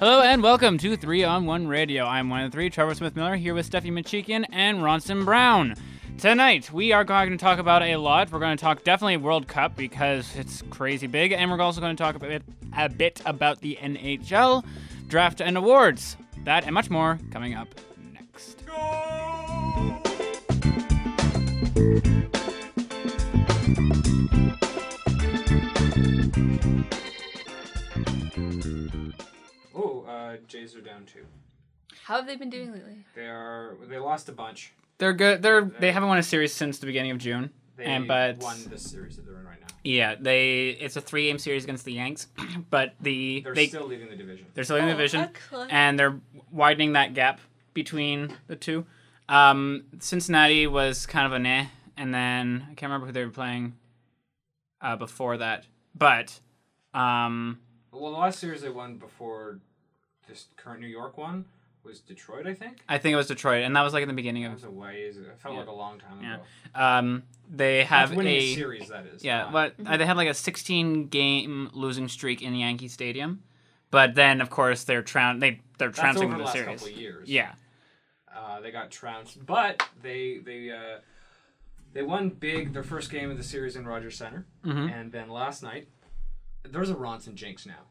Hello and welcome to Three on One Radio. I'm one of the three, Trevor Smith Miller, here with Steffi Machikin and Ronson Brown. Tonight we are going to talk about a lot. We're going to talk definitely World Cup because it's crazy big, and we're also going to talk a bit, a bit about the NHL draft and awards. That and much more coming up next. Oh, uh, Jays are down two. How have they been doing lately? They are. They lost a bunch. They're good. They're they haven't won a series since the beginning of June, They and but won this series that they're in right now. yeah, they it's a three game series against the Yanks, but the They're they still leading the division. they're still in the division. clutch. and they're widening that gap between the two. Um, Cincinnati was kind of a meh, and then I can't remember who they were playing uh, before that, but um, Well, the last series they won before this current New York one was Detroit, I think. I think it was Detroit, and that was like in the beginning That of. was a ways. It felt like a long time Yeah. ago. Um, they That's have winning a series that is. yeah, Fine. but uh, they had like a 16 game losing streak in Yankee Stadium, but then of course they're troun they they're That's trouncing over the the last series. couple of years. Yeah, Uh, they got trounced, but they they uh, they won big their first game of the series in Rogers Center, Mm-hmm. and then last night there's a Ronson jinx now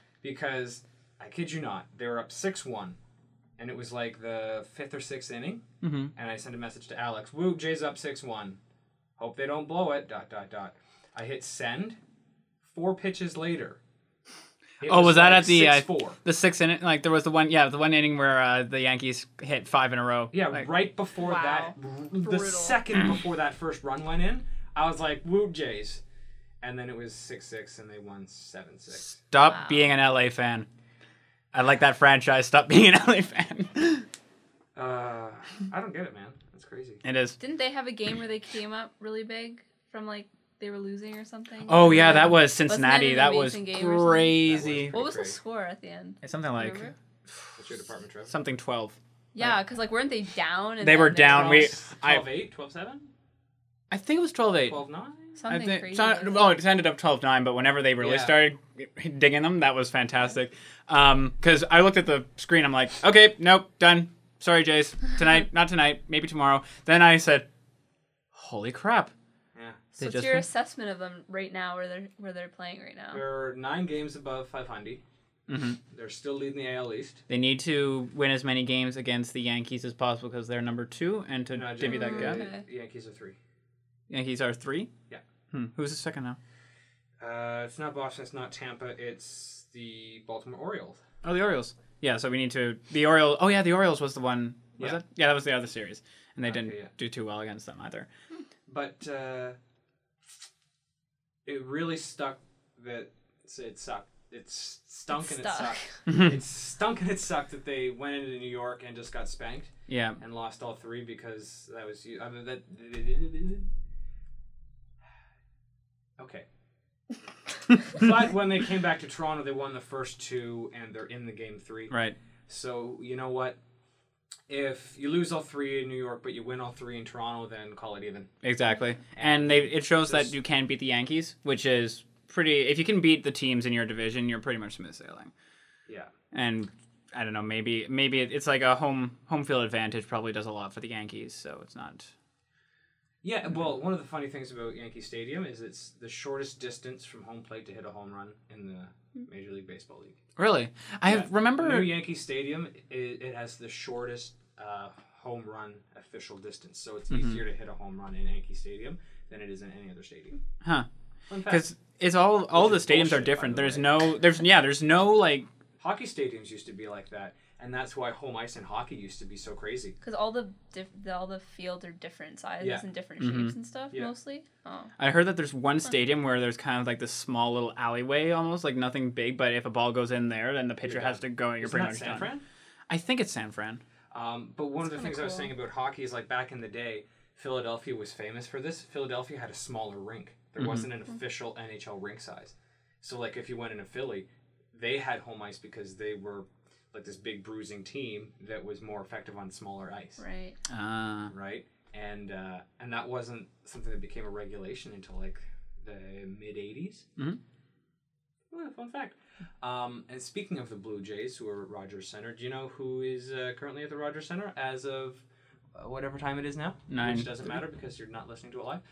because I kid you not, they were up six one, and it was like the fifth or sixth inning, Mhm. and I sent a message to Alex, "Woo, Jay's up six one, hope they don't blow it." Dot dot dot. I hit send. Four pitches later. it Oh, was that like at the, uh, 6-4. the six inning like there was the one yeah the one inning where uh, the Yankees hit five in a row. Yeah, Like- right before Wow. that, the Brutal. second before that first run went in, I was like, "Woo, Jays!" And then it was six six, and they won seven six. Stop being an LA fan. I like that franchise. Stop being an LA fan. Uh, I don't get it, man. That's crazy. It is. Didn't they have a game where they came up really big from like they were losing or something? Oh yeah, that Like, was that Cincinnati. an That was amazing game or something? crazy. What was the Great. score at the end? It's something like Remember? What's your department, Trevor? something twelve. Yeah, because like weren't they down? And They then were down. We I 12 8, 12 7, I think it was 12-8. 12 9? I something think crazy. so- like well, that. it ended up 12-9, but whenever they really Yeah. started digging them, that was fantastic. Um, because I looked at the screen, I'm like, okay, nope, done. Sorry, Jace. Tonight, not tonight. Maybe tomorrow. Then I said, holy crap! Yeah. So just what's your won. assessment of them right now? Where they're where they're playing right now? They're nine games above 500. Mhm. They're still leading the AL East. They need to win as many games against the Yankees as possible because they're number two, and to No, divvy that the gap, Okay. Yankees are three. Yankees are three. Yeah. Hmm. Who's the second now? Uh, it's not Boston, it's not Tampa, it's the Baltimore Orioles. Oh, the Orioles. Yeah. So we need to the Orioles. Oh yeah, the Orioles was the one. Was Yeah. it? Yeah, that was the other series, and they Okay, didn't yeah. do too well against them either. but uh, it really stuck that it sucked. It's stunk It and stuck. it sucked. it stunk and it sucked that they went into New York and just got spanked Yeah. and lost all three because that was you. I mean, that. Okay. but when they came back to Toronto, they won the first two and they're in the game three. Right. So you know what? If you lose all three in New York, but you win all three in Toronto, then call it even. Exactly. And they it shows that Just- you can beat the Yankees, which is pretty. If you can beat the teams in your division, you're pretty much smooth sailing. Yeah. And I don't know. Maybe maybe it's like a home home field advantage. Probably does a lot for the Yankees, so it's not. Yeah, well, one of the funny things about Yankee Stadium is it's the shortest distance from home plate to hit a home run in the Major League Baseball League. Really, I Yeah. remember. New Yankee Stadium, it, it has the shortest uh, home run official distance, so it's Mm-hmm. easier to hit a home run in Yankee Stadium than it is in any other stadium. Huh. Fun fact: because it's all all the Which is stadiums are bullshit, different. by the there's way. no there's yeah there's no like hockey stadiums used to be like that, and that's why home ice in hockey used to be so crazy. Because all the, diff- the all the fields are different sizes Yeah. and different Mm-hmm. shapes and stuff Yeah. mostly. Oh, I heard that there's one stadium where there's kind of like this small little alleyway almost like nothing big, but if a ball goes in there, then the pitcher You're has to done. go and you're Isn't pretty that much San done. Fran? I think it's San Fran. Um, but one of the kinda things I was cool. saying about hockey is like back in the day, Philadelphia was famous for this. Philadelphia had a smaller rink. There wasn't Mm-hmm. an official NHL rink size. So like if you went into Philly, they had home ice because they were like this big bruising team that was more effective on smaller ice, Right. Ah. right? And uh, and that wasn't something that became a regulation until like the mid '80s. Mhm. Well, fun fact. Um, and speaking of the Blue Jays, who are at Rogers Center, do you know who is uh, currently at the Rogers Center as of uh, whatever time it is now? Nine. Which doesn't matter because you're not listening to it live.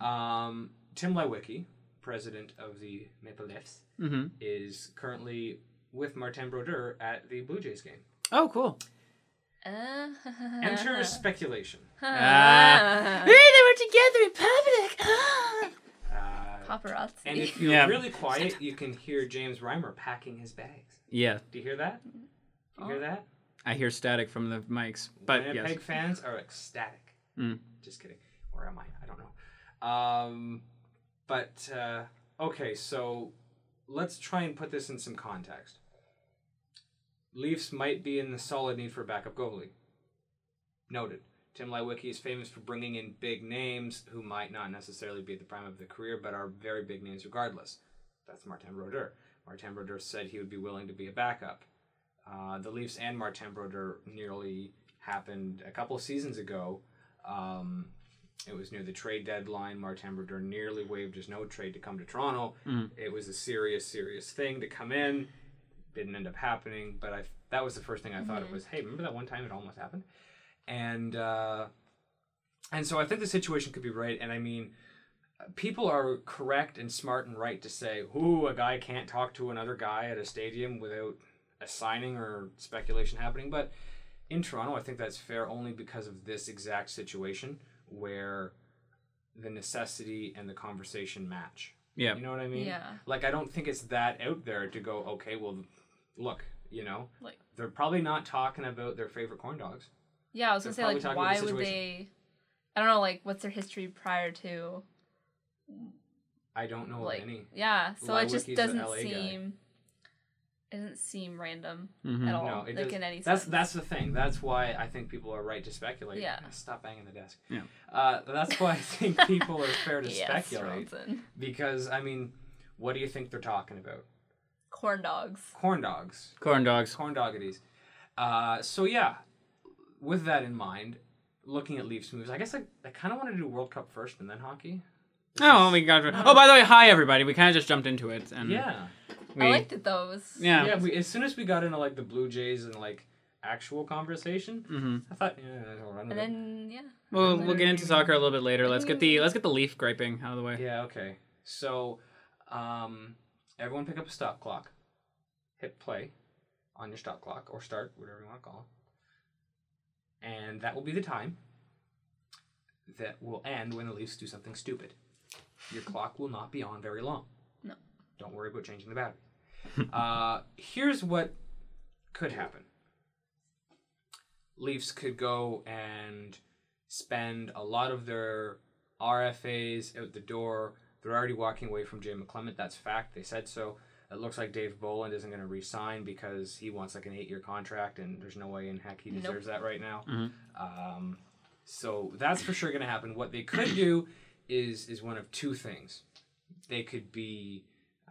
Um, Tim Lewicki, president of the Maple Leafs, mm-hmm. is currently with Martin Brodeur at the Blue Jays game. Oh, cool. Uh, Enter speculation. Ah. Ah. together in public. Uh, Paparazzi. And if you're Yeah. really quiet, you can hear James Reimer packing his bags. Yeah, Do you hear that? Do you hear that? I hear static from the mics, but Winnipeg yes. fans are ecstatic. Mm. Just kidding. Or am I? I don't know. Um, but uh, okay, so let's try and put this in some context. Leafs might be in the solid need for a backup goalie. Noted. Tim Lewicki is famous for bringing in big names who might not necessarily be at the prime of their career, but are very big names regardless. That's Martin Brodeur. Martin Brodeur said he would be willing to be a backup. Uh, the Leafs and Martin Brodeur nearly happened a couple seasons ago. Um, it was near the trade deadline. Martin Brodeur nearly waived his no trade to come to Toronto. It was a serious, serious thing to come in. Didn't end up happening, but I that was the first thing I thought it was. Hey, remember that one time it almost happened? And uh, and so I think the situation could be right. And I mean, people are correct and smart and right to say, "Ooh, a guy can't talk to another guy at a stadium without a signing or speculation happening." But in Toronto, I think that's fair only because of this exact situation where the necessity and the conversation match. Yeah. You know what I mean? Yeah. Like I don't think it's that out there to go, "Okay, well, look, you know, Like- they're probably not talking about their favorite corn dogs." yeah, I was gonna say They're like probably why talking about the would they? I don't know like what's their history prior to I don't know of like Oh, any. yeah. So it Lewicki's a just doesn't LA guy. seem. It doesn't seem random Mhm. at all. No, it like does- in any That's sense. that's the thing. That's why I think people are right to speculate. Yeah. Stop banging the desk. Yeah. Uh, that's why I think people are fair to yes, speculate Ronson. because I mean, what do you think they're talking about? Corn dogs. Corn dogs, Corn dogs. corn doggities. Uh, so yeah, with that in mind, looking at Leafs moves, I guess I, I kind of want to do World Cup first and then hockey. Oh, we got. Oh, by the way, hi everybody. We kind of just jumped into it, and Yeah. we, I liked it though. It was- Mm-hmm. yeah, Yeah. We, as soon as we got into like the Blue Jays and like actual conversation, hmm I thought, yeah, I'll run And with it. then yeah. Well, we'll get into soccer a little bit later. Let's get the let's get the leaf griping out of the way. Yeah, okay. So, um, everyone pick up a stop clock. Hit play on your stop clock or start, whatever you want to call it. And that will be the time that will end when the Leafs do something stupid. Your clock will not be on very long. No. Don't worry about changing the battery. uh, here's what could happen Leafs could go and spend a lot of their RFAs out the door. They're already walking away from Jay McClement. That's fact. They said so. It looks like Dave Boland isn't going to re-sign because he wants like an eight-year contract, and there's no way in heck he Nope. deserves that right now. Um, so that's for sure going to happen. What they could do is is one of two things. They could be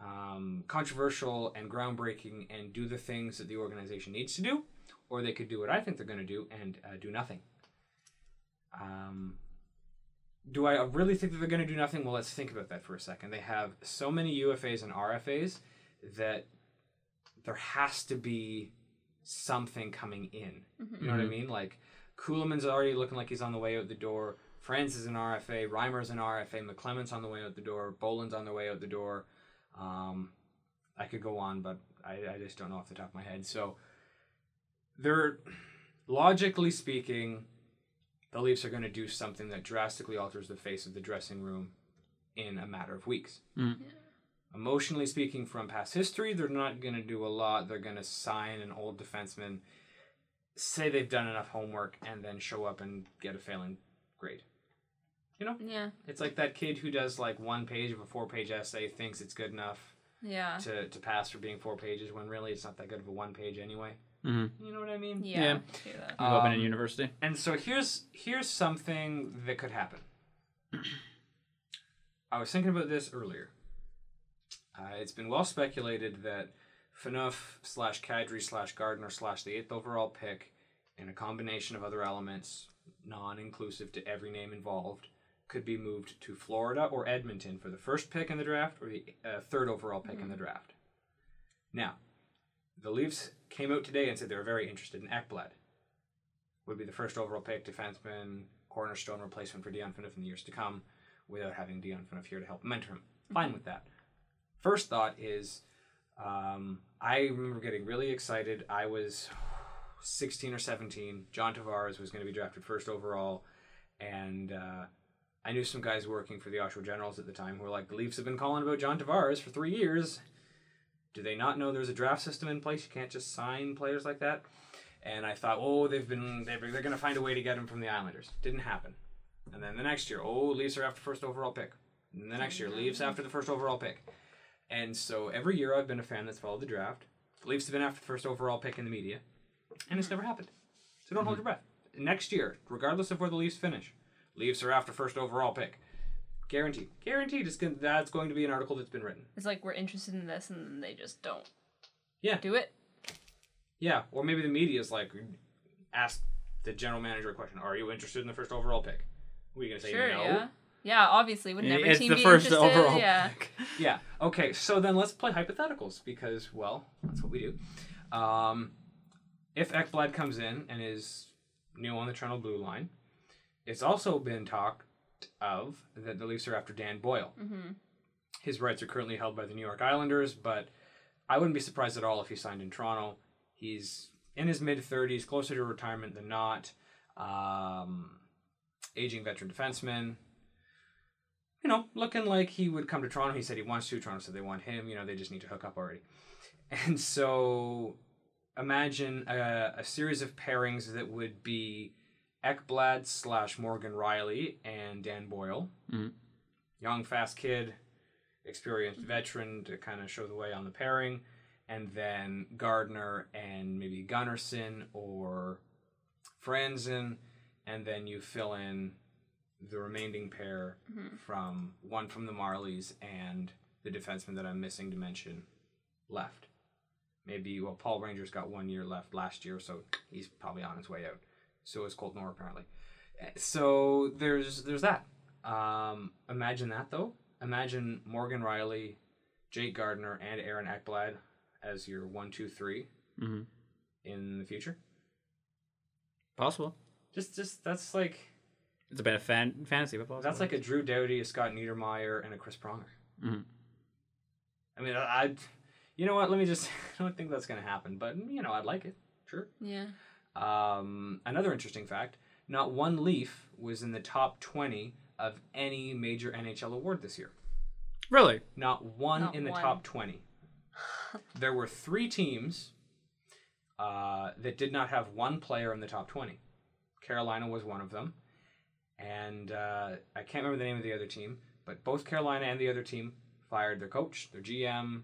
um, controversial and groundbreaking and do the things that the organization needs to do, or they could do what I think they're going to do and uh, do nothing. Um, do I really think that they're going to do nothing? Well, let's think about that for a second. They have so many UFAs and RFAs that there has to be something coming in. You know what I mean? Like, Kuhlman's already looking like he's on the way out the door. France is an RFA. Reimer's an RFA. McClement's on the way out the door. Boland's on the way out the door. Um, I could go on, but I, I just don't know off the top of my head. So, they're logically speaking, the Leafs are going to do something that drastically alters the face of the dressing room in a matter of weeks. Mm. Emotionally speaking, from past history, they're not going to do a lot. They're going to sign an old defenseman, say they've done enough homework, and then show up and get a failing grade. You know, Yeah. it's like that kid who does like one page of a four page essay, thinks it's good enough Yeah. Uh-huh. to, to pass for being four pages when really it's not that good of a one page anyway. Mm-hmm. You know what I mean? Yeah. Yeah. I see that. We've all been in Um, university. And so here's here's something that could happen. I was thinking about this earlier. Uh, it's been well speculated that FNUF slash Kadri slash Gardner slash the eighth overall pick and a combination of other elements, non inclusive to every name involved, could be moved to Florida or Edmonton for the first pick in the draft or the uh, third overall pick in the draft. Now, the Leafs came out today and said they were very interested in Ekblad. Would be the first overall pick, defenseman, cornerstone replacement for Dion Phaneuf in the years to come, without having Dion Phaneuf here to help mentor him. Fine with that. First thought is, um, I remember getting really excited. I was 16 or 17. John Tavares was going to be drafted first overall, and uh, I knew some guys working for the Oshawa Generals at the time who were like, "The Leafs have been calling about John Tavares for three years. Do they not know there's a draft system in place? You can't just sign players like that." And I thought, "Oh, they've been they're going to find a way to get him from the Islanders." Didn't happen. And then the next year, oh, Leafs are after first overall pick. And the next year, Leafs after the first overall pick. And so every year I've been a fan that's followed the draft. The Leafs have been after the first overall pick in the media, and it's never happened. So don't hold your breath. Next year, regardless of where the Leafs finish, Leafs are after first overall pick. Guaranteed. Guaranteed it's going that's going to be an article that's been written. It's like we're interested in this, and then they just don't Yeah. do it. Yeah. Or maybe the media's like ask the general manager a question, are you interested in the first overall pick? What are you gonna say Sure, no? yeah, yeah. Obviously, would never it's team the be first interested? overall yeah, pick. Yeah. Okay. So then let's play hypotheticals because, well, that's what we do. Um, if Ekblad comes in and is new on the Toronto Blue Line, it's also been talked of that the Leafs are after Dan Boyle. Mm-hmm. His rights are currently held by the New York Islanders, but I wouldn't be surprised at all if he signed in Toronto. He's in his mid 30s, closer to retirement than not. Um, aging veteran defenseman you know, looking like he would come to Toronto. He said he wants to. Toronto said they want him. You know, they just need to hook up already. And so, imagine a, a series of pairings that would be Ekblad slash Morgan Riley and Dan Boyle. Mhm. Young, fast kid, experienced veteran to kind of show the way on the pairing. And then Gardner and maybe Gunnarsson or Franzen. And then you fill in the remaining pair from one from the Marlies and the defenseman that I'm missing to mention left. Maybe well, Paul Ranger's got one year left last year, so he's probably on his way out. So is Colt Nor apparently. Eh, So there's there's that. Um, imagine that though. Imagine Morgan Riley, Jake Gardner, and Aaron Ekblad as your one, two, three Mm-hmm. Mhm. in the future. Possible. Just just that's like It's a bit of fan- fantasy, but possible. that's like a Drew Doughty, a Scott Niedermayer, and a Chris Pronger. Mhm. I mean, I, I'd- you know what? Let me just. I don't think that's gonna happen, but you know, I'd like it. Sure. Yeah. Um, another interesting fact: not one Leaf was in the top twenty of any major NHL award this year. really. Not one Not in the one. top twenty. there were three teams uh, that did not have one player in the top twenty. Carolina was one of them, and uh, I can't remember the name of the other team, but both Carolina and the other team fired their coach, their GM,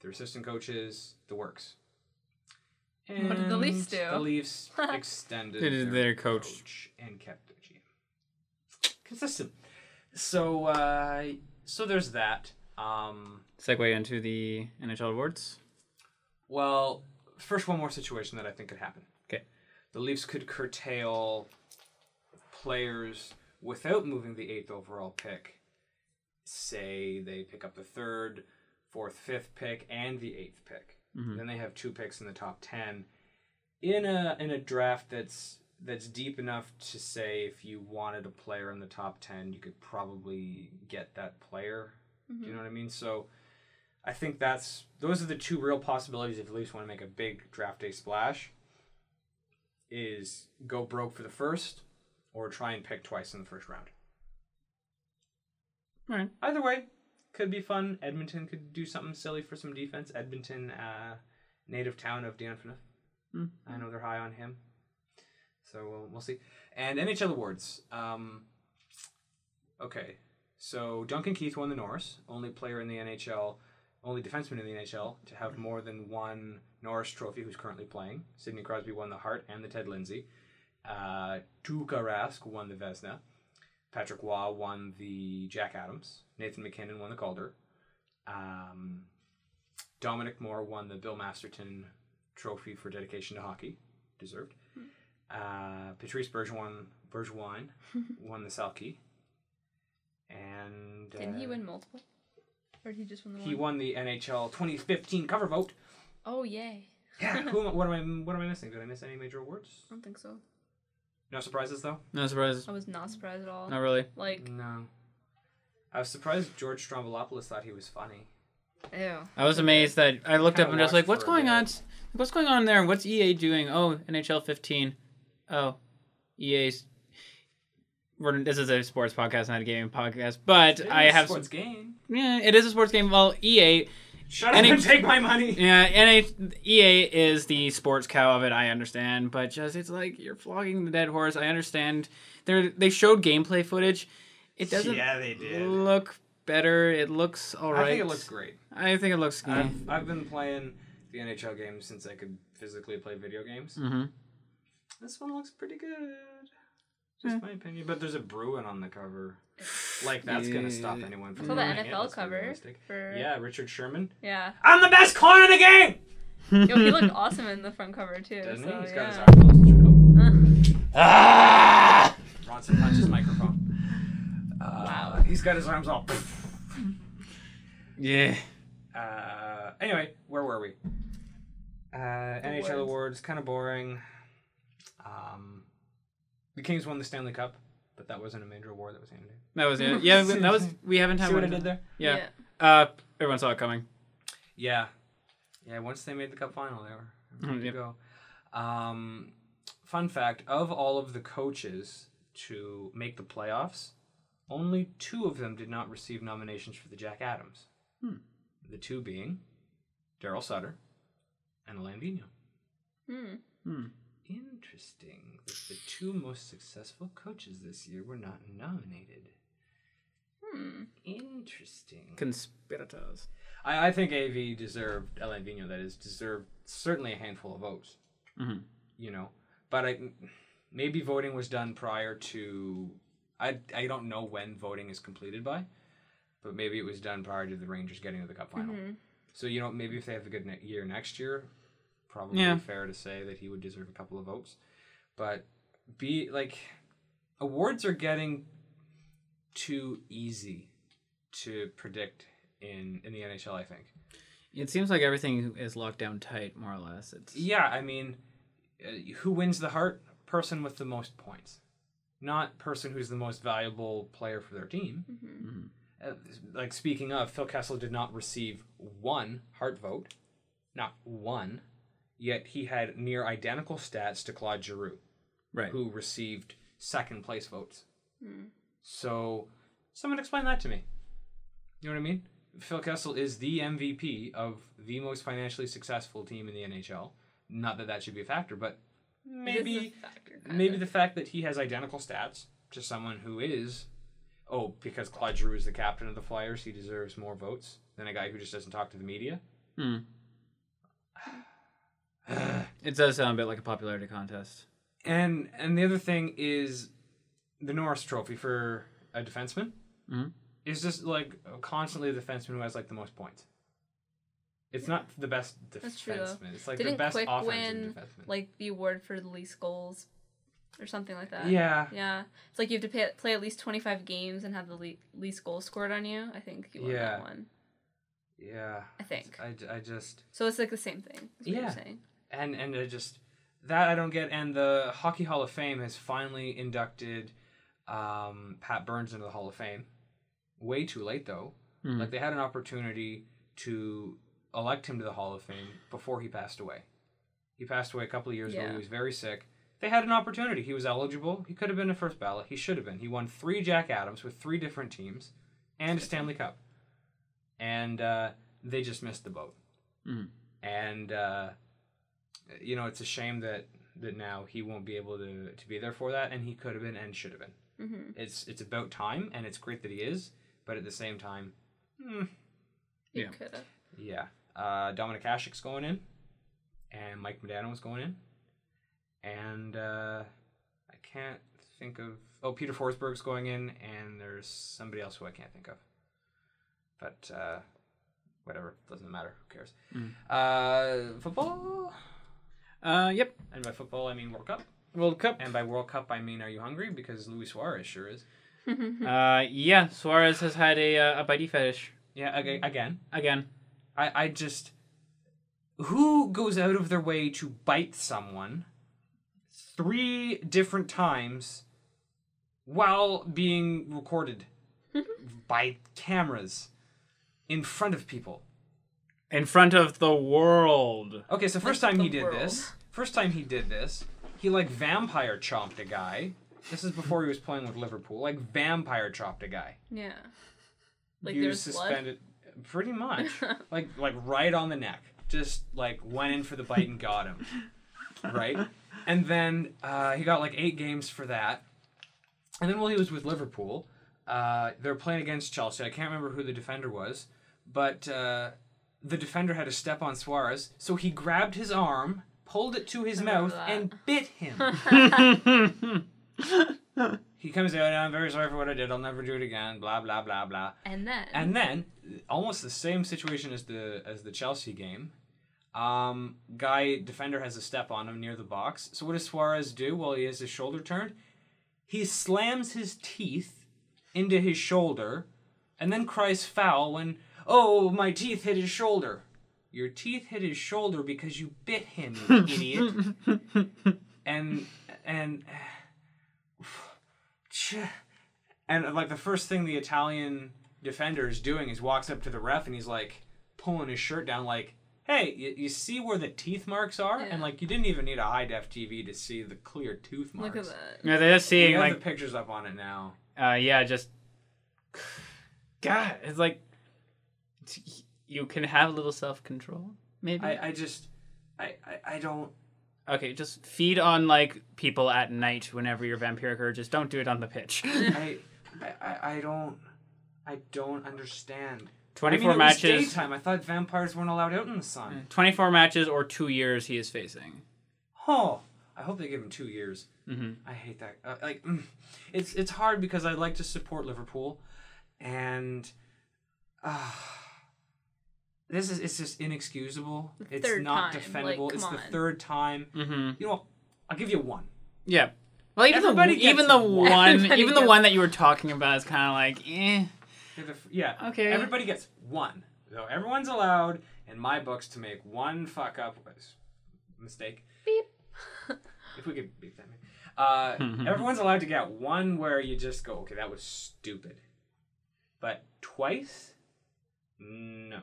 their assistant coaches, the works. What did the Leafs And do? The Leafs extended They did their coach. and kept their GM. Consistent. So, uh, so there's that. Um, Segue into the NHL awards. well, first, one more situation that I think could happen. Okay. The Leafs could curtail players without moving the eighth overall pick. Say they pick up the third, fourth, fifth pick, and the eighth pick. Then they have two picks in the top ten in a in a draft that's that's deep enough to say if you wanted a player in the top ten, you could probably get that player. Do you know what I mean? So. I think that's those are the two real possibilities if the Leafs want to make a big draft day splash. Is go broke for the first, or try and pick twice in the first round. All right. Either way, could be fun. Edmonton could do something silly for some defense. Edmonton, uh, native town of Danfina. Mm. I know they're high on him, so we'll, we'll see. And NHL awards. Um, okay, so Duncan Keith won the Norris, only player in the NHL, only defenseman in the NHL to have more than one Norris Trophy, who's currently playing. Sidney Crosby won the Hart and the Ted Lindsay. Uh, Tuukka Rask won the Vesna. Patrick Waugh won the Jack Adams. Nathan McKinnon won the Calder. Um, Dominic Moore won the Bill Masterton Trophy for dedication to hockey, deserved. Hmm. Uh, Patrice Bergeron Bergeron won the Selkie, and Didn't he uh, win multiple? Or did he just win the He one? won the NHL 2015 cover vote. Oh, yay. Yeah, who am I, what am I? What am I missing? Did I miss any major awards? I don't think so. No surprises though. No surprises. I was not surprised at Oh. all. Not really. Like, No. I was surprised George Strombolopoulos thought he was funny. ew. I was amazed that I looked up Kinda and I was watched like, "What's for a going bit. on? What's going on there? What's EA doing? Oh, NHL 15. Oh, EA's. We're, this is a sports podcast, not a gaming podcast, but It I is a have. sports Some, game. yeah, it is a sports game. Well, E EA, Shut Any- up and take my money. yeah, NH, EA is the sports cow of it. I understand, but just it's like you're flogging the dead horse. I understand. They they showed gameplay footage. It doesn't Yeah, they did. look better. It looks all right. I think it looks great. I think it looks good. I've, I've been playing the NHL games since I could physically play video games. Mhm. This one looks pretty good. Just my opinion. But there's a Bruin on the cover. Like, that's going to stop anyone from Well, the buying it, NFL let's be cover. realistic. For, Yeah, Richard Sherman. Yeah. I'm the best corner in the game! Yo, he looked awesome in the front cover, too. Doesn't so, he? He's got his yeah. arm closed. Uh, Ah! Ronson punches microphone. wow. Uh, He's got his arms all. Yeah. Uh, anyway, where were we? Uh, NHL awards, kind of boring. Um, the Kings won the Stanley Cup, but that wasn't a major award that was handed. out. That was it. Yeah, that was. We haven't had See what I one. did there? Yeah. Uh, everyone saw it coming. Yeah, yeah. Once they made the Cup final, they were ready to yep. go. Um, fun fact: of all of the coaches to make the playoffs, only two of them did not receive nominations for the Jack Adams. The two being Daryl Sutter and Alain Vigneault. Hmm. Interesting that the two most successful coaches this year were not nominated. Hmm. Interesting. Conspirators. I, I think AV deserved, Ellen Vino, that is, deserved certainly a handful of votes, Mhm. you know. But I, maybe voting was done prior to. I, I don't know when voting is completed by, but maybe it was done prior to the Rangers getting to the Cup final. So, you know, maybe if they have a good ne- year next year, probably Yeah. fair to say that he would deserve a couple of votes. But be like awards are getting too easy to predict in in the NHL, I think. It seems like everything is locked down tight, more or less. It's Yeah, I mean, uh, who wins the heart? Person with the most points, not person who's the most valuable player for their team. Uh, like speaking of, Phil Kessel did not receive one heart vote, not one. Yet he had near identical stats to Claude Giroux, right. who received second place votes. So, someone explain that to me. You know what I mean? Phil Kessel is the MVP of the most financially successful team in the NHL. Not that that should be a factor, but This is maybe a factor, kind maybe of. the fact that he has identical stats to someone who is oh because Claude Giroux is the captain of the Flyers, he deserves more votes than a guy who just doesn't talk to the media. Hmm. It does sound a bit like a popularity contest. And and the other thing is the Norris Trophy for a defenseman Mm-hmm. Mhm. is just like constantly the defenseman who has like the most points. It's not the best That's true, though. defenseman. It's like the Didn't best Quick offensive win defenseman. like the award for the least goals, or something like that? yeah. Yeah, it's like you have to pay, play at least twenty five games and have the le- least goals scored on you. I think you won Yeah. that one. Yeah. I think I, I just so. It's like the same thing. Is what Yeah. you're saying. and and I just that I don't get. And the Hockey Hall of Fame has finally inducted um, Pat Burns into the Hall of Fame. Way too late though. Hmm. Like they had an opportunity to elect him to the Hall of Fame before he passed away. He passed away a couple of years ago. He Yeah. was very sick. They had an opportunity. He was eligible. He could have been a first ballot. He should have been. He won three Jack Adams with three different teams and a Stanley Cup. And uh, they just missed the boat. Mhm. Mm-hmm. And uh, you know, it's a shame that that now he won't be able to to be there for that, and he could have been and should have been. Mm-hmm. It's it's about time, and it's great that he is, but at the same time, mm, You Yeah. could have. yeah. Uh, Dominic Ashik's going in, and Mike Medano's going in, and uh, I can't think of. Oh, Peter Forsberg's going in, and there's somebody else who I can't think of. But uh, whatever doesn't matter. Who cares? Uh, football, Uh, yep. and by football I mean World Cup, World Cup. and by World Cup I mean Are you hungry? Because Luis Suarez sure is. Mm-hmm. Uh, yeah. Suarez has had a uh, a bitey fetish Yeah, aga again, again. I I just who goes out of their way to bite someone three different times while being recorded by cameras in front of people. In front of the world. Okay, so first time the he did world. this, first time he did this, he like vampire chomped a guy. This is before he was playing with Liverpool. Like vampire chopped a guy. Yeah. Like He was there's blood. suspended pretty much. like like right on the neck. Just like went in for the bite and got him. Right? And then uh, he got like eight games for that. And then while he was with Liverpool, uh, they were playing against Chelsea. I can't remember who the defender was, but uh, the defender had a step on Suarez, so he grabbed his arm, pulled it to his mouth, that. and bit him. he comes out, I'm very sorry for what I did. I'll never do it again. Blah blah blah blah. And then And then, almost the same situation as the as the Chelsea game. Um, guy defender has a step on him near the box. So what does Suarez do while he has his shoulder turned? He slams his teeth into his shoulder, and then cries foul when oh my teeth hit his shoulder. Your teeth hit his shoulder because you bit him, you idiot. And and and like the first thing the Italian defender is doing is walks up to the ref and he's like pulling his shirt down, like, "Hey, you, you see where the teeth marks are?" Yeah. And like you didn't even need a high def TV to see the clear tooth marks. look at that. No, they're just We seeing have like the pictures up on it now. uh yeah just god it's like it's- you can have a little self-control maybe I, I just, I, I, I don't. okay just feed on like people at night whenever you're vampiric or just don't do it on the pitch I, I- I, I don't. I don't understand. 24 I mean, It was matches Mm. daytime. I thought vampires weren't allowed out in the sun. 24 matches or two years he is facing Oh, I hope they give him two years. Mm-hmm. I hate that. Uh, like, mm, it's it's hard because I like to support Liverpool, and uh, this is it's just inexcusable. it's third not time, like, defendable. it's come the on. third time. mm-hmm You know, what? I'll give you one. yeah well even Everybody the gets even the one. one Everybody even the gets- one that you were talking about is kind of like eh You're the f- yeah. Okay. Everybody gets one. So everyone's allowed in my books to make one fuck up was- mistake. Beep. if we could beep that. maybe. Uh, everyone's allowed to get one where you just go, okay, that was stupid. But twice, no.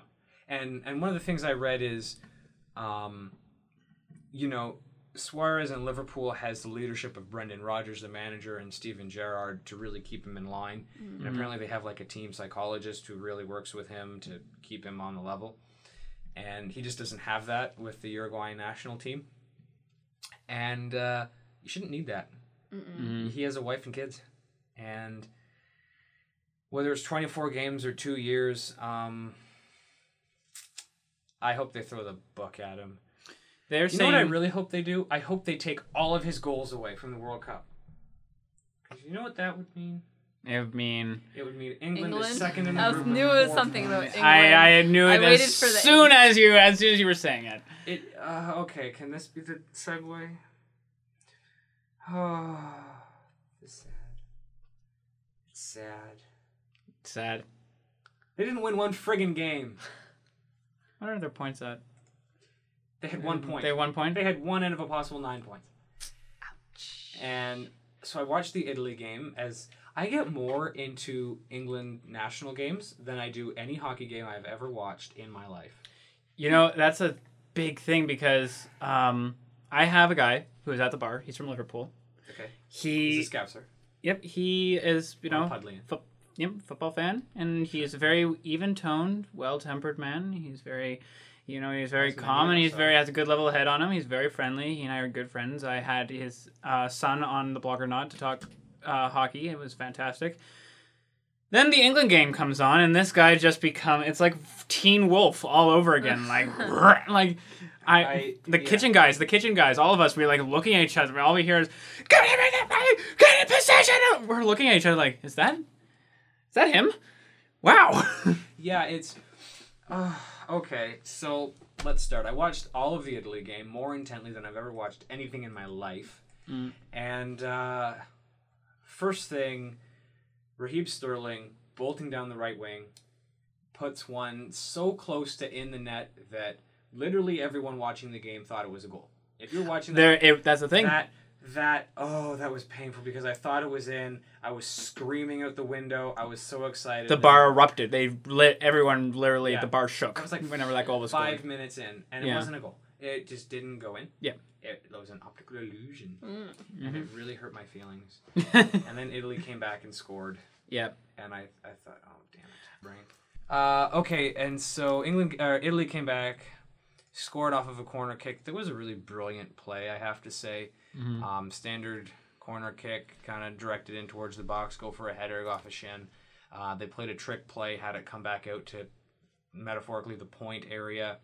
And and one of the things I read is, um, you know, Suarez and Liverpool has the leadership of Brendan Rodgers, the manager, and Steven Gerrard to really keep him in line. And apparently, they have like a team psychologist who really works with him to keep him on the level. And he just doesn't have that with the Uruguayan national team. And uh, you shouldn't need that. He has a wife and kids. And whether it's 24 games or two years, um, I hope they throw the book at him. they're You know saying what I really hope they do? I hope they take all of his goals away from the World Cup. 'Cause you know what that would mean? it would mean It would mean England, is England? second in the I group. was with knew it was four something though. points. I, I knew I it waited as for the- soon as you as soon as you were saying it It, uh, okay, can this be the segue? Oh, it's sad. It's sad. sad They didn't win one friggin' game. what are their points at They had one point. Mm-hmm. They had one point. They had one out of a possible nine points. And so I watched the Italy game as I get more into England national games than I do any hockey game I've ever watched in my life. You know, that's a big thing because um, I have a guy who is at the bar. He's from Liverpool. Okay. He, He's a scouser. yep, he is you know Pudlian. fo- yep, football fan, and he is a very even toned, well tempered man. He's very, you know, he's very That's my calm and neighbor, he's so- very has a good level of head on him. He's very friendly. He and I are good friends. I had his uh, son on the blogger not to talk uh, hockey. It was fantastic. Then the England game comes on, and this guy just become it's like Teen Wolf all over again. Like, like I, I- the yeah. kitchen guys, the kitchen guys, all of us, we're like looking at each other. All we hear is get in, get in, get in position. We're looking at each other like, is that, is that him? Wow. Yeah, it's Uh, okay, so let's start. I watched all of the Italy game more intently than I've ever watched anything in my life. Mm. And uh, first thing, Raheem Sterling bolting down the right wing puts one so close to in the net that literally everyone watching the game thought it was a goal. If you're watching that, There, it, that's the thing. that that oh that was painful because I thought it was in. I was screaming out the window. I was so excited. the And bar erupted. They lit everyone. Literally, Yeah. the bar shook. I was like whenever that goal was five scored. minutes in, and it Yeah. wasn't a goal. It just didn't go in. Yeah. Mm-hmm. It, it was an optical illusion, Mm. and it really hurt my feelings. and then Italy came back and scored, yeah. and I, I thought, oh damn it, brain. Uh, okay, and so England, uh, Italy came back, scored off of a corner kick. That was a really brilliant play, I have to say. Um, standard corner kick, kind of directed in towards the box, go for a header off a shin. Uh, they played a trick play, had it come back out to metaphorically the point area,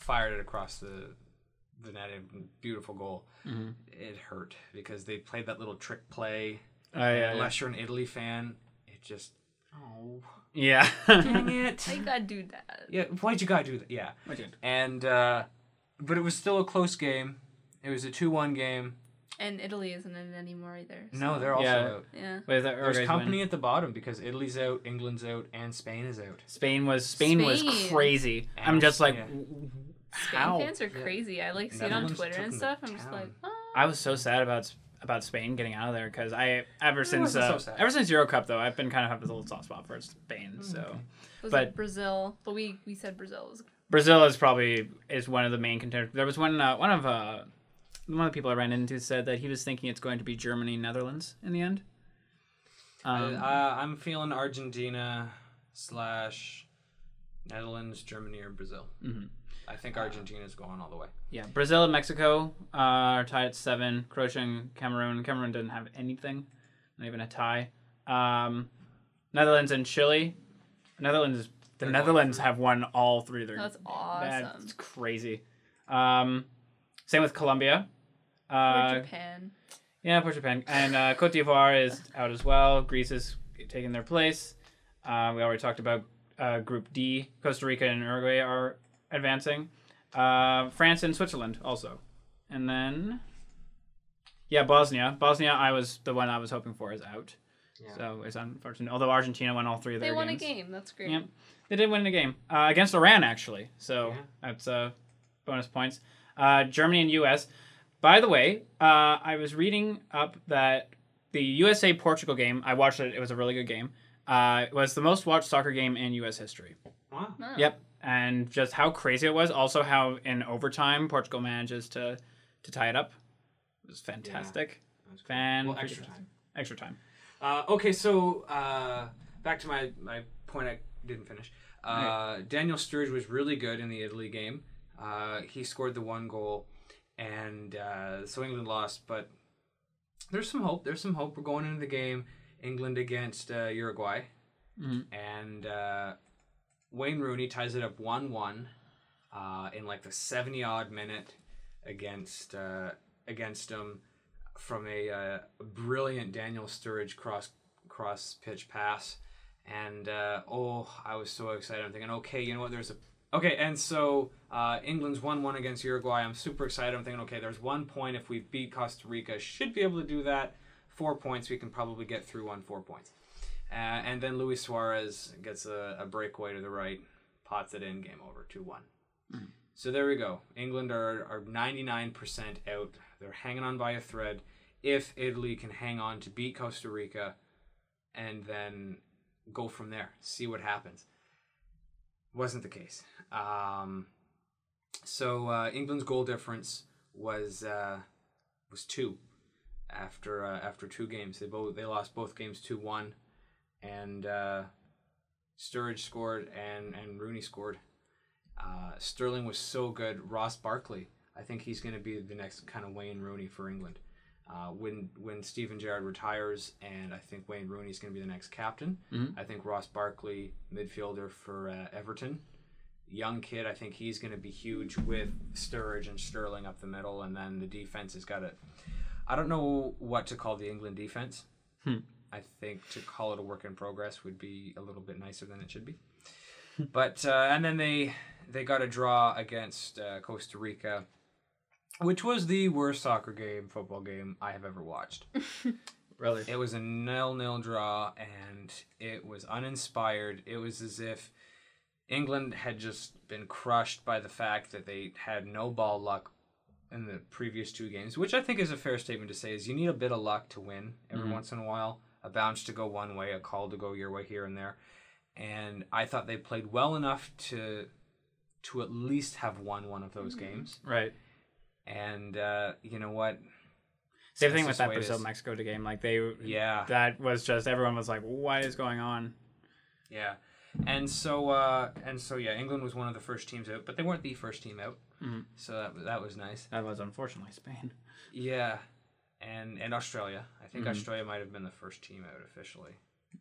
fired it across the the net, a beautiful goal. It hurt because they played that little trick play. Oh, yeah, yeah. Unless you're an Italy fan, it just oh Yeah. dang it. Why you gotta do that? Yeah, why'd you gotta do that? Yeah. And uh, but it was still a close game. It was a two-one game. And Italy isn't in it anymore either. so- No, they're also Yeah. out. Yeah. Wait, is that There's Uruguay's company win? at the bottom because Italy's out, England's out, and Spain is out. Spain was Spain, was Spain. crazy. I'm Yeah. just like, Yeah. Spain How? fans are crazy. I like see it on Netherlands Twitter took and them stuff. to I'm just town. like, oh. I was so sad about about Spain getting out of there because I ever since wasn't uh, so sad. ever since Euro Cup though I've been kind of having a little soft spot for Spain. Mm. So was But- it Brazil? But we we said Brazil was Brazil is probably is one of the main contenders. There was one uh, one of uh, one of the people I ran into said that he was thinking it's going to be Germany Netherlands in the end. Um, uh, I'm feeling Argentina slash Netherlands, Germany, or Brazil. Mhm. I think Argentina's going all the way. yeah, Brazil and Mexico uh, are tied at seven. Croatia and Cameroon. Cameroon didn't have anything, not even a tie. Um, Netherlands and Chile. Netherlands. The They're going Netherlands through. have won all three of their that's awesome. That's crazy. Um, same with Colombia. Or Uh, Japan. yeah, for Japan. And uh, Cote d'Ivoire is out as well. Greece is taking their place. Uh, we already talked about uh, Group D. Costa Rica and Uruguay are advancing. Uh, France and Switzerland also. And then, yeah, Bosnia. Bosnia, I was the one I was hoping for is out. Yeah. So it's unfortunate. Although Argentina won all three of They their won games. a game. That's great. Yep. They did win the game uh, against Iran, actually. So Yeah. that's uh, bonus points. Uh, Germany and U.S. By the way, uh, I was reading up that the USA Portugal game. I watched it. It was a really good game. Uh, it was the most watched soccer game in U.S. history. Wow. Wow. Yep. And just how crazy it was. Also, how in overtime Portugal manages to to tie it up. It was fantastic. That's cool. Fan Well, extra time. Extra time. Uh, okay, so uh, back to my, my point I didn't finish. Uh, Daniel Sturridge was really good in the Italy game. Uh, he scored the one goal, and uh, so England lost. But there's some hope. There's some hope. We're going into the game, England against uh, Uruguay, and uh, Wayne Rooney ties it up one-one uh, in like the seventy odd minute against uh, against him from a uh, brilliant Daniel Sturridge cross cross pitch pass, and uh, oh, I was so excited. I'm thinking, okay, you know what? There's a okay, and so uh, England's one one against Uruguay. I'm super excited. I'm thinking, okay, there's one point if we beat Costa Rica, should be able to do that. Four points, we can probably get through on four points. Uh, and then Luis Suarez gets a, a breakaway to the right, pots it in, game over, 2 1. So there we go. England are, are 99% out. They're hanging on by a thread. If Italy can hang on to beat Costa Rica and then go from there, see what happens. Wasn't the case. Um, so uh, England's goal difference was uh, was two after uh, after two games. They both they lost both games two one, and uh, Sturridge scored and and Rooney scored. Uh, Sterling was so good. Ross Barkley, I think he's going to be the next kind of Wayne Rooney for England. Uh, when when Steven Gerrard retires, and I think Wayne Rooney is going to be the next captain. I think Ross Barkley, midfielder for uh, Everton, young kid. I think he's going to be huge with Sturridge and Sterling up the middle, and then the defense has got to. I don't know what to call the England defense. I think to call it a work in progress would be a little bit nicer than it should be. but uh, and then they they got a draw against uh, Costa Rica, which was the worst soccer game, football game I have ever watched. Really? It was a nil nil draw, and it was uninspired. It was as if England had just been crushed by the fact that they had no ball luck in the previous two games, which I think is a fair statement to say. Is you need a bit of luck to win every once in a while, a bounce to go one way, a call to go your way here and there, and I thought they played well enough to to at least have won one of those games. Right. And uh, you know what? Same thing with That's just that the way it Brazil is. Mexico game. Like they, Yeah. that was just everyone was like, "What is going on?" Yeah. And so uh and so yeah, England was one of the first teams out, but they weren't the first team out. Mhm. So that that was nice. That was unfortunately Spain. Yeah. And and Australia. I think Mhm. Australia might have been the first team out officially.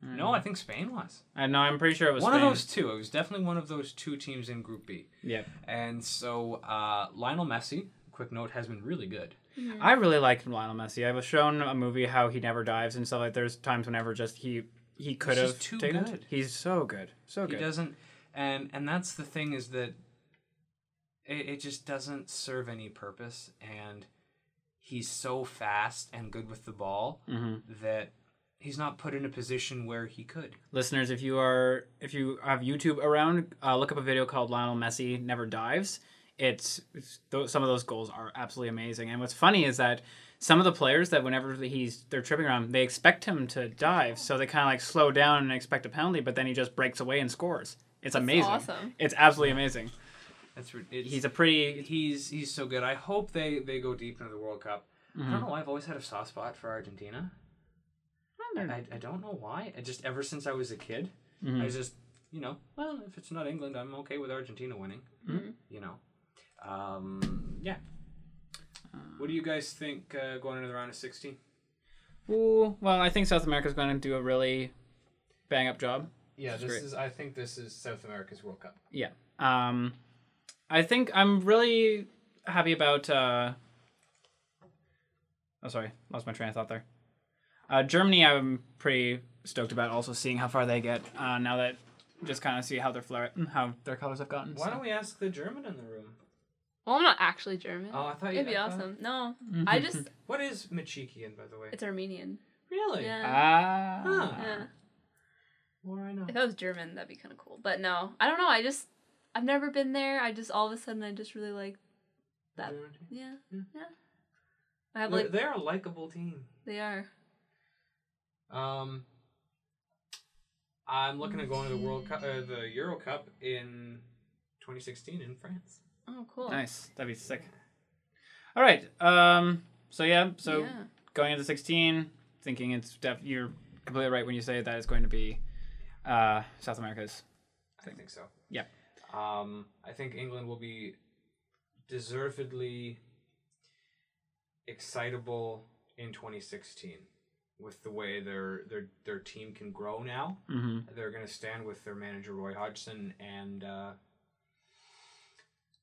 No, I think Spain was. I know. I'm pretty sure Mm. it was one Spain. of those two. It was definitely one of those two teams in Group B. Yeah, And so uh Lionel Messi, quick note, has been really good. I really liked Lionel Messi. I was shown a movie how he never dives and stuff. Like there's times whenever just he he could just have too taken it. good. He's so good, so He good. doesn't and and that's the thing is that it, it just doesn't serve any purpose and he's so fast and good with the ball Mhm. that he's not put in a position where he could. Listeners, if you are if you have YouTube around, uh, look up a video called Lionel Messi never dives. It's, it's th- some of those goals are absolutely amazing. And what's funny is that some of the players that whenever he's they're tripping around, they expect him to dive, so they kind of like slow down and expect a penalty, but then he just breaks away and scores. It's amazing. awesome. It's absolutely amazing. That's ri- it's, He's a pretty he's he's so good. I hope they they go deep into the World Cup. I Mm-hmm. don't know why I've always had a soft spot for Argentina. I, I, I don't know why. I just ever since I was a kid, Mm-hmm. I was just you know well if it's not England, I'm okay with Argentina winning. Mm-hmm. You know, um, yeah. Uh, What do you guys think uh, going into the round of sixteen? Ooh, well, I think South America's going to do a really bang up job. Yeah, this great. is. I think this is South America's World Cup. Yeah. Um, I think I'm really happy about. Uh... Oh, sorry, lost my train of thought there. Uh, Germany, I'm pretty stoked about also seeing how far they get uh, now that just kind of see how their flare, how their colors have gotten. Why so. don't we ask the German in the room? Well, I'm not actually German. Oh, I thought you. It'd be I thought- awesome. No, Mm-hmm. I just What is Machikian, by the way? it's Armenian. really? Yeah. Ah. Huh. yeah. More I know. If I was German, that'd be kind of cool. But no, I don't know. I just I've never been there. I just all of a sudden I just really like that. Yeah. Mm. Yeah. I have They're, like they're a likable team. they are. Um, I'm looking at going to the World Cup, uh, the Euro Cup in 2016 in France. Oh, cool. Nice. That'd be sick. All right. Um. So yeah. So Yeah. going into sixteen, thinking it's def- you're completely right when you say that it's going to be uh, South America's. I think so. Yeah. Um, I think England will be deservedly excitable in 2016 with the way their their their team can grow now. Mm-hmm. They're going to stand with their manager Roy Hodgson, and uh,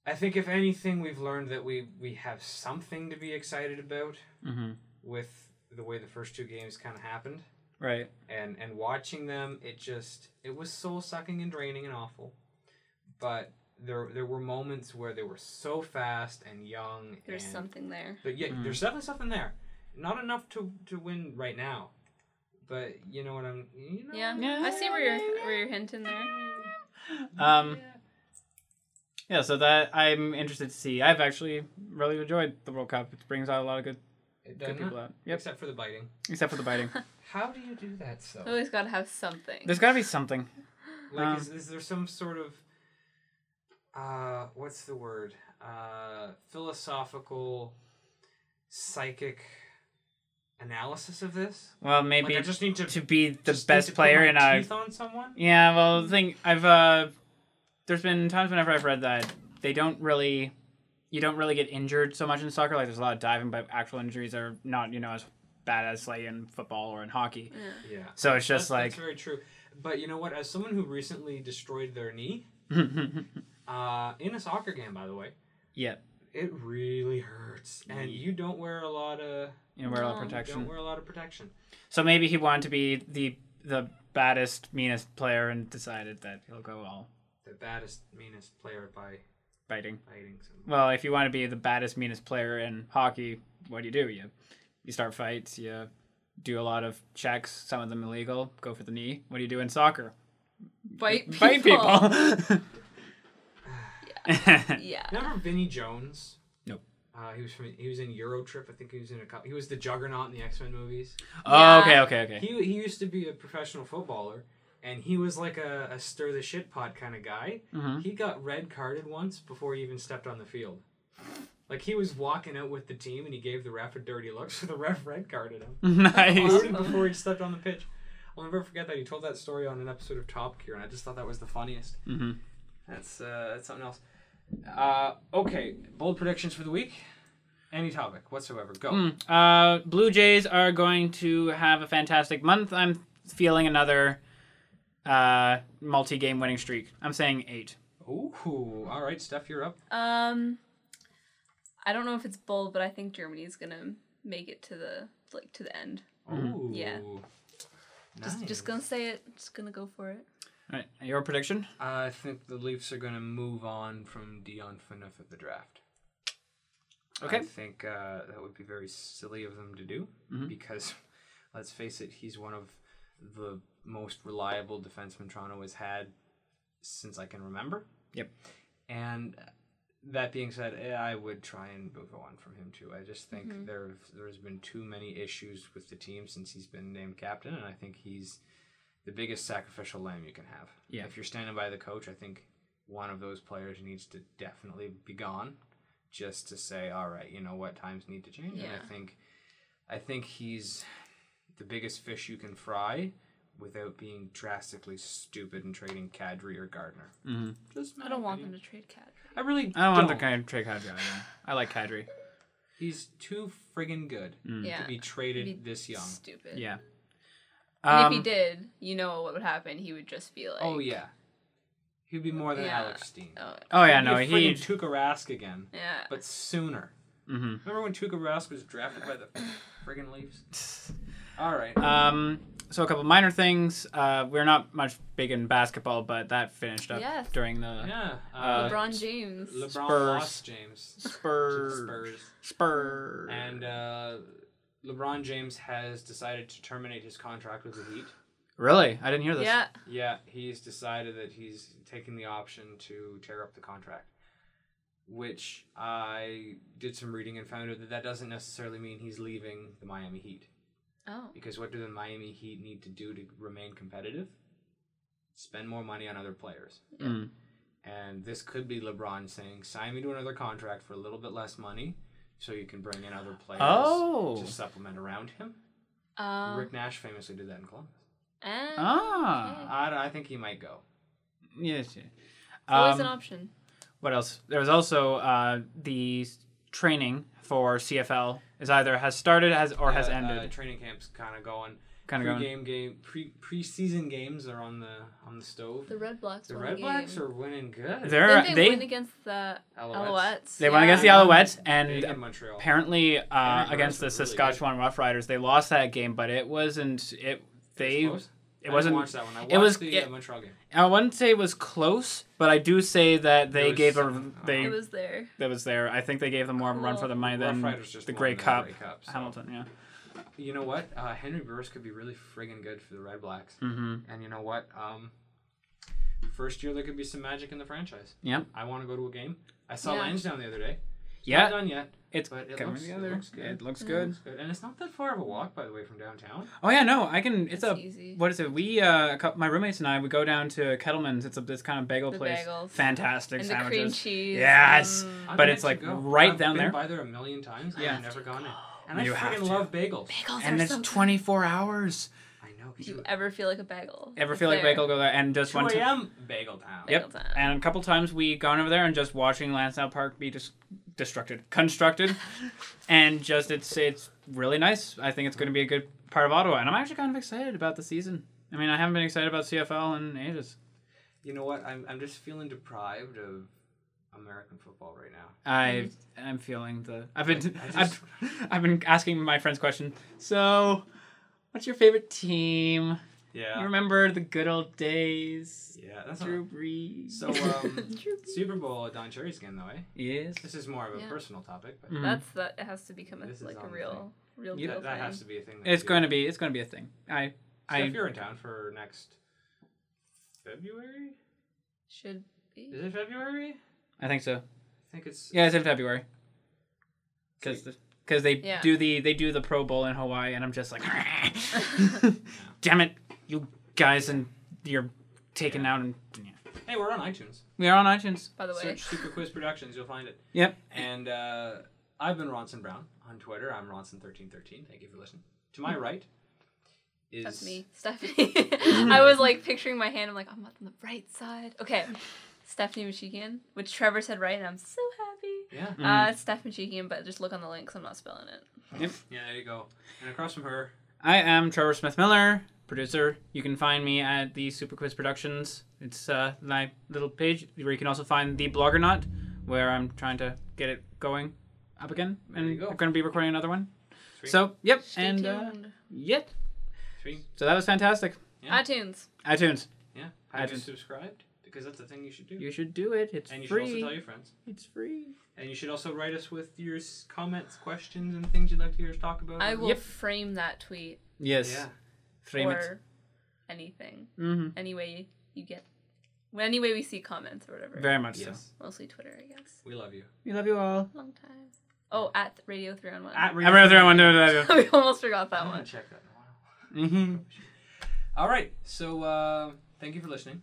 I think if anything, we've learned that we we have something to be excited about Mm-hmm. with the way the first two games kind of happened, Right. and and watching them, it just it was soul sucking and draining and awful, but there there were moments where they were so fast and young. There's and, something there. But yeah, Mm-hmm. there's definitely something there. Not enough to to win right now, but you know what I'm. You know, Yeah. Yeah. I see where you're where you're hinting there. Um. Yeah. So that I'm interested to see. I've actually really enjoyed the World Cup. It brings out a lot of good good It doesn't people out. Yep. Except for the biting. Except for the biting. How do you do that, so? Always got to have something. There's got to be something. Like, Um, is, is there some sort of, uh, what's the word? Uh, philosophical, psychic analysis of this? Well, maybe like, I just need to, to be the just need to best put player my in a teeth on someone. Yeah, well, the thing I've uh, there's been times whenever I've read that they don't really, you don't really get injured so much in soccer. Like there's a lot of diving, but actual injuries are not you know as bad as like in football or in hockey. Yeah, So it's just that's, that's like very true. But you know what? As someone who recently destroyed their knee, uh, in a soccer game, by the way, yeah, it really hurts, and you don't wear a lot of you know, wear a lot No, of you Don't protection. wear a lot of protection. So maybe he wanted to be the the baddest, meanest player and decided that he'll go all the baddest, meanest player by Biting. fighting some. Well, if you want to be the baddest, meanest player in hockey, what do you do? You you start fights. You do a lot of checks. Some of them illegal. Go for the knee. What do you do in soccer? Bite people. Fight people. Yeah. Remember Vinnie Jones? Nope. Uh, he was from he was in Eurotrip. I think he was in a couple. He was the Juggernaut in the X Men movies. oh, Yeah. okay, okay, okay. He he used to be a professional footballer, and he was like a, a stir the shit pot kind of guy. Mhm. He got red carded once before he even stepped on the field. Like he was walking out with the team, and he gave the ref a dirty look, so the ref red carded him. nice. Carded before he stepped on the pitch. I'll never forget that he told that story on an episode of Top Gear, and I just thought that was the funniest. Mm-hmm. That's uh, that's something else. Uh, okay, bold predictions for the week. Any topic whatsoever. Go. Uh, Blue Jays are going to have a fantastic month. I'm feeling another uh, multi-game winning streak. I'm saying eight. Ooh, all right, Steph, you're up. Um, I don't know if it's bold, but I think Germany's gonna make it to the like to the end. Ooh. Yeah. Nice. Just, just gonna say it. Just gonna go for it. All right, your prediction? I think the Leafs are going to move on from Dion Phaneuf at the draft. Okay. I think uh, that would be very silly of them to do because, let's face it, he's one of the most reliable defensemen Toronto has had since I can remember. Yep. And that being said, eh, I would try and move on from him too. I just think Mm-hmm. there there's been too many issues with the team since he's been named captain, and I think he's the biggest sacrificial lamb you can have. Yeah. If you're standing by the coach, I think one of those players needs to definitely be gone, just to say, all right, you know what times need to change. And Yeah. I think, I think he's the biggest fish you can fry without being drastically stupid and trading Kadri or Gardner. Mm-hmm. Just I don't want them to trade cat. I really I don't want to kind of trick Kadri. either. I like Kadri. He's too friggin' good Yeah. to be traded Be this young. Stupid. Mm. Yeah. And Um, if he did, you know what would happen. He would just be like, oh yeah, he'd be more than Yeah. Alex Steen. Oh, Oh yeah, He'd be no, a he. friggin' Tuukka Rask again, yeah. but sooner. mhm. Remember when Tuukka Rask was drafted by the friggin' Leafs? All right. Um, so a couple minor things. Uh, we're not much big in basketball, but that finished up Yes. during the yeah. uh, LeBron James. LeBron Spurs. lost James. Spurs. Spurs. Spurs. And uh, LeBron James has decided to terminate his contract with the Heat. really, I didn't hear this. yeah. Yeah, he's decided that he's taking the option to tear up the contract, which I did some reading and found out that that doesn't necessarily mean he's leaving the Miami Heat. Oh. Because what do the Miami Heat need to do to remain competitive? Spend more money on other players. Mm. And this could be LeBron saying, sign me to another contract for a little bit less money so you can bring in other players Oh. Uh. to supplement around him. Um. Rick Nash famously did that in Columbus. and Ah. I, don't- I think he might go. Yes. yeah. it's always an Um, option. what else? There was also uh, the s- training for CFL is either has started has or has Yeah, ended. Uh, training camp's kind of going. kind of going. pre-game game pre preseason games are on the on the stove. The The, Red Blocks. won Red the Blacks game. are winning good. They're Didn't they win against the Alouettes. Alouettes. they went against the Yeah. Alouettes Big and in Montreal. apparently uh, Aaron against the Rodgers was really Saskatchewan Roughriders they lost that game, but it wasn't it they. It was close. I It didn't wasn't. watch that one. I watched it was- the it- uh, Montreal game. I wouldn't say it was close, but I do say that There they was uh, gave a something- they It was there. that was there. I think they gave them more of a run for their money Rough than Riders just the won Grey the Cup. Grey Cup, so- Hamilton, yeah. You know what? Uh, Henry Burris could be really friggin' good for the Red Blacks. Mm-hmm. And you know what? Um, first year there could be some magic in the franchise. Yeah. I want to go to a game. I saw Yeah. Lansdowne the other day. It's not Yeah, done yet. it's but it coming looks- it together. looks good. It Mm. looks good. It's good. And it's not that far of a walk, by the way, from downtown. Oh yeah, no, I can. It's, That's a easy. what is it? We uh, a cou- my roommates and I we go down to Kettleman's. It's a this kind of bagel The place. bagels. Fantastic And the sandwiches. cream cheese. Yes. Mm. I'm But meant it's, to like, go. right I've down been there. By there a million times. And Yeah. I've never gone in, and You I have freaking to. love bagels. Bagels and are it's so good. 24 hours. I know. If it's you ever feel like a bagel. Ever it's feel like there. bagel go there and just Two one. time. a.m. Bagel Town. Bagel Yep. time. And a couple times we gone over there and just watching Lansdowne Park be just destructed, constructed, and just it's it's really nice. I think it's going to be a good part of Ottawa, and I'm actually kind of excited about the season. I mean, I haven't been excited about CFL in ages. You know what? I'm I'm just feeling deprived of American football right now. I I'm feeling the I've been Mm-hmm. I I've, just- I've been asking my friends question. So, what's your favorite team? Yeah. Remember the good old days. Yeah. That's all Drew right. Brees. So um, Super Bowl Don Cherry's getting away. yes. This is more of a Yeah. personal topic, but Mhm. That's that. It has to become This is a, like on a the real, real that, deal that thing. has to be a thing. That It's going to be. It's going to be a thing. I. So if I. you're in town for next February, Should be. is it February? I I think so. think it's Yeah, it's in February. Because because they Yeah. do the they do the Pro Bowl in Hawaii, and I'm just like, damn it, you guys, and you're taken out, and yeah. Hey, we're on iTunes. we are on iTunes. By the way, Search Super Quiz Productions, you'll find it. Yep. And uh, I've been Ronson Brown on Twitter. I'm Ronson1313. Thank you for listening. To Hmm. my right is That's me, Stephanie. I was like picturing my hand. I'm like, I'm not on the right side. Okay, Stephanie Machikian, which Trevor said right, and I'm so happy. Yeah. Mm. Uh, it's Steph Machikian, but just look on the link 'cause I'm not spelling it. Yeah, there you go. And across from her, I am Trevor Smith Miller, producer. You can find me at the Super Quiz Productions. It's uh, my little page where you can also find the Blogger Knot, where I'm trying to get it going up again, and There you go. I'm going to be recording another one. Sweet. So yep, Stay and uh, tuned. yep. three. So that was fantastic. yeah. iTunes. iTunes. Yeah. Have you iTunes. subscribed? Because that's the thing you should do. You should do it. It's and you free. should also tell your friends. It's free. And you should also write us with your s- comments, questions, and things you'd like to hear us talk about. I will Yep. frame that tweet Yes. Yeah. Frame it. or anything, hmm any way you get, any way we see comments or whatever. Very much so. Yes. Mostly Twitter, I guess. We love you. We love you all. Long time. Oh, at Radio Three on One. At I'm gonna throw one to we almost forgot I that want one. to check that in a while. Mm-hmm. All right. So uh, thank you for listening.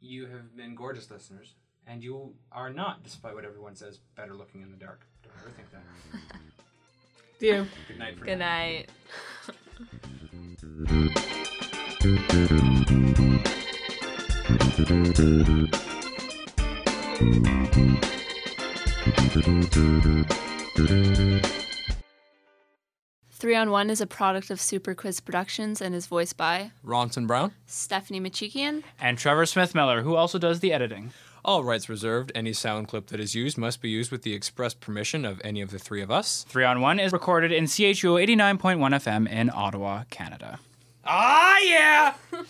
You have been gorgeous listeners, and you are not, despite what everyone says, better looking in the dark. Don't ever think that. See you. Good night for Good now. night. Three on One is a product of Super Quiz Productions and is voiced by Ronson Brown. Stephanie Machikian. And Trevor Smith Miller, who also does the editing. All rights reserved. Any sound clip that is used must be used with the express permission of any of the three of us. Three on One is recorded in CHUO 89.1 FM in Ottawa, Canada. Ah, yeah!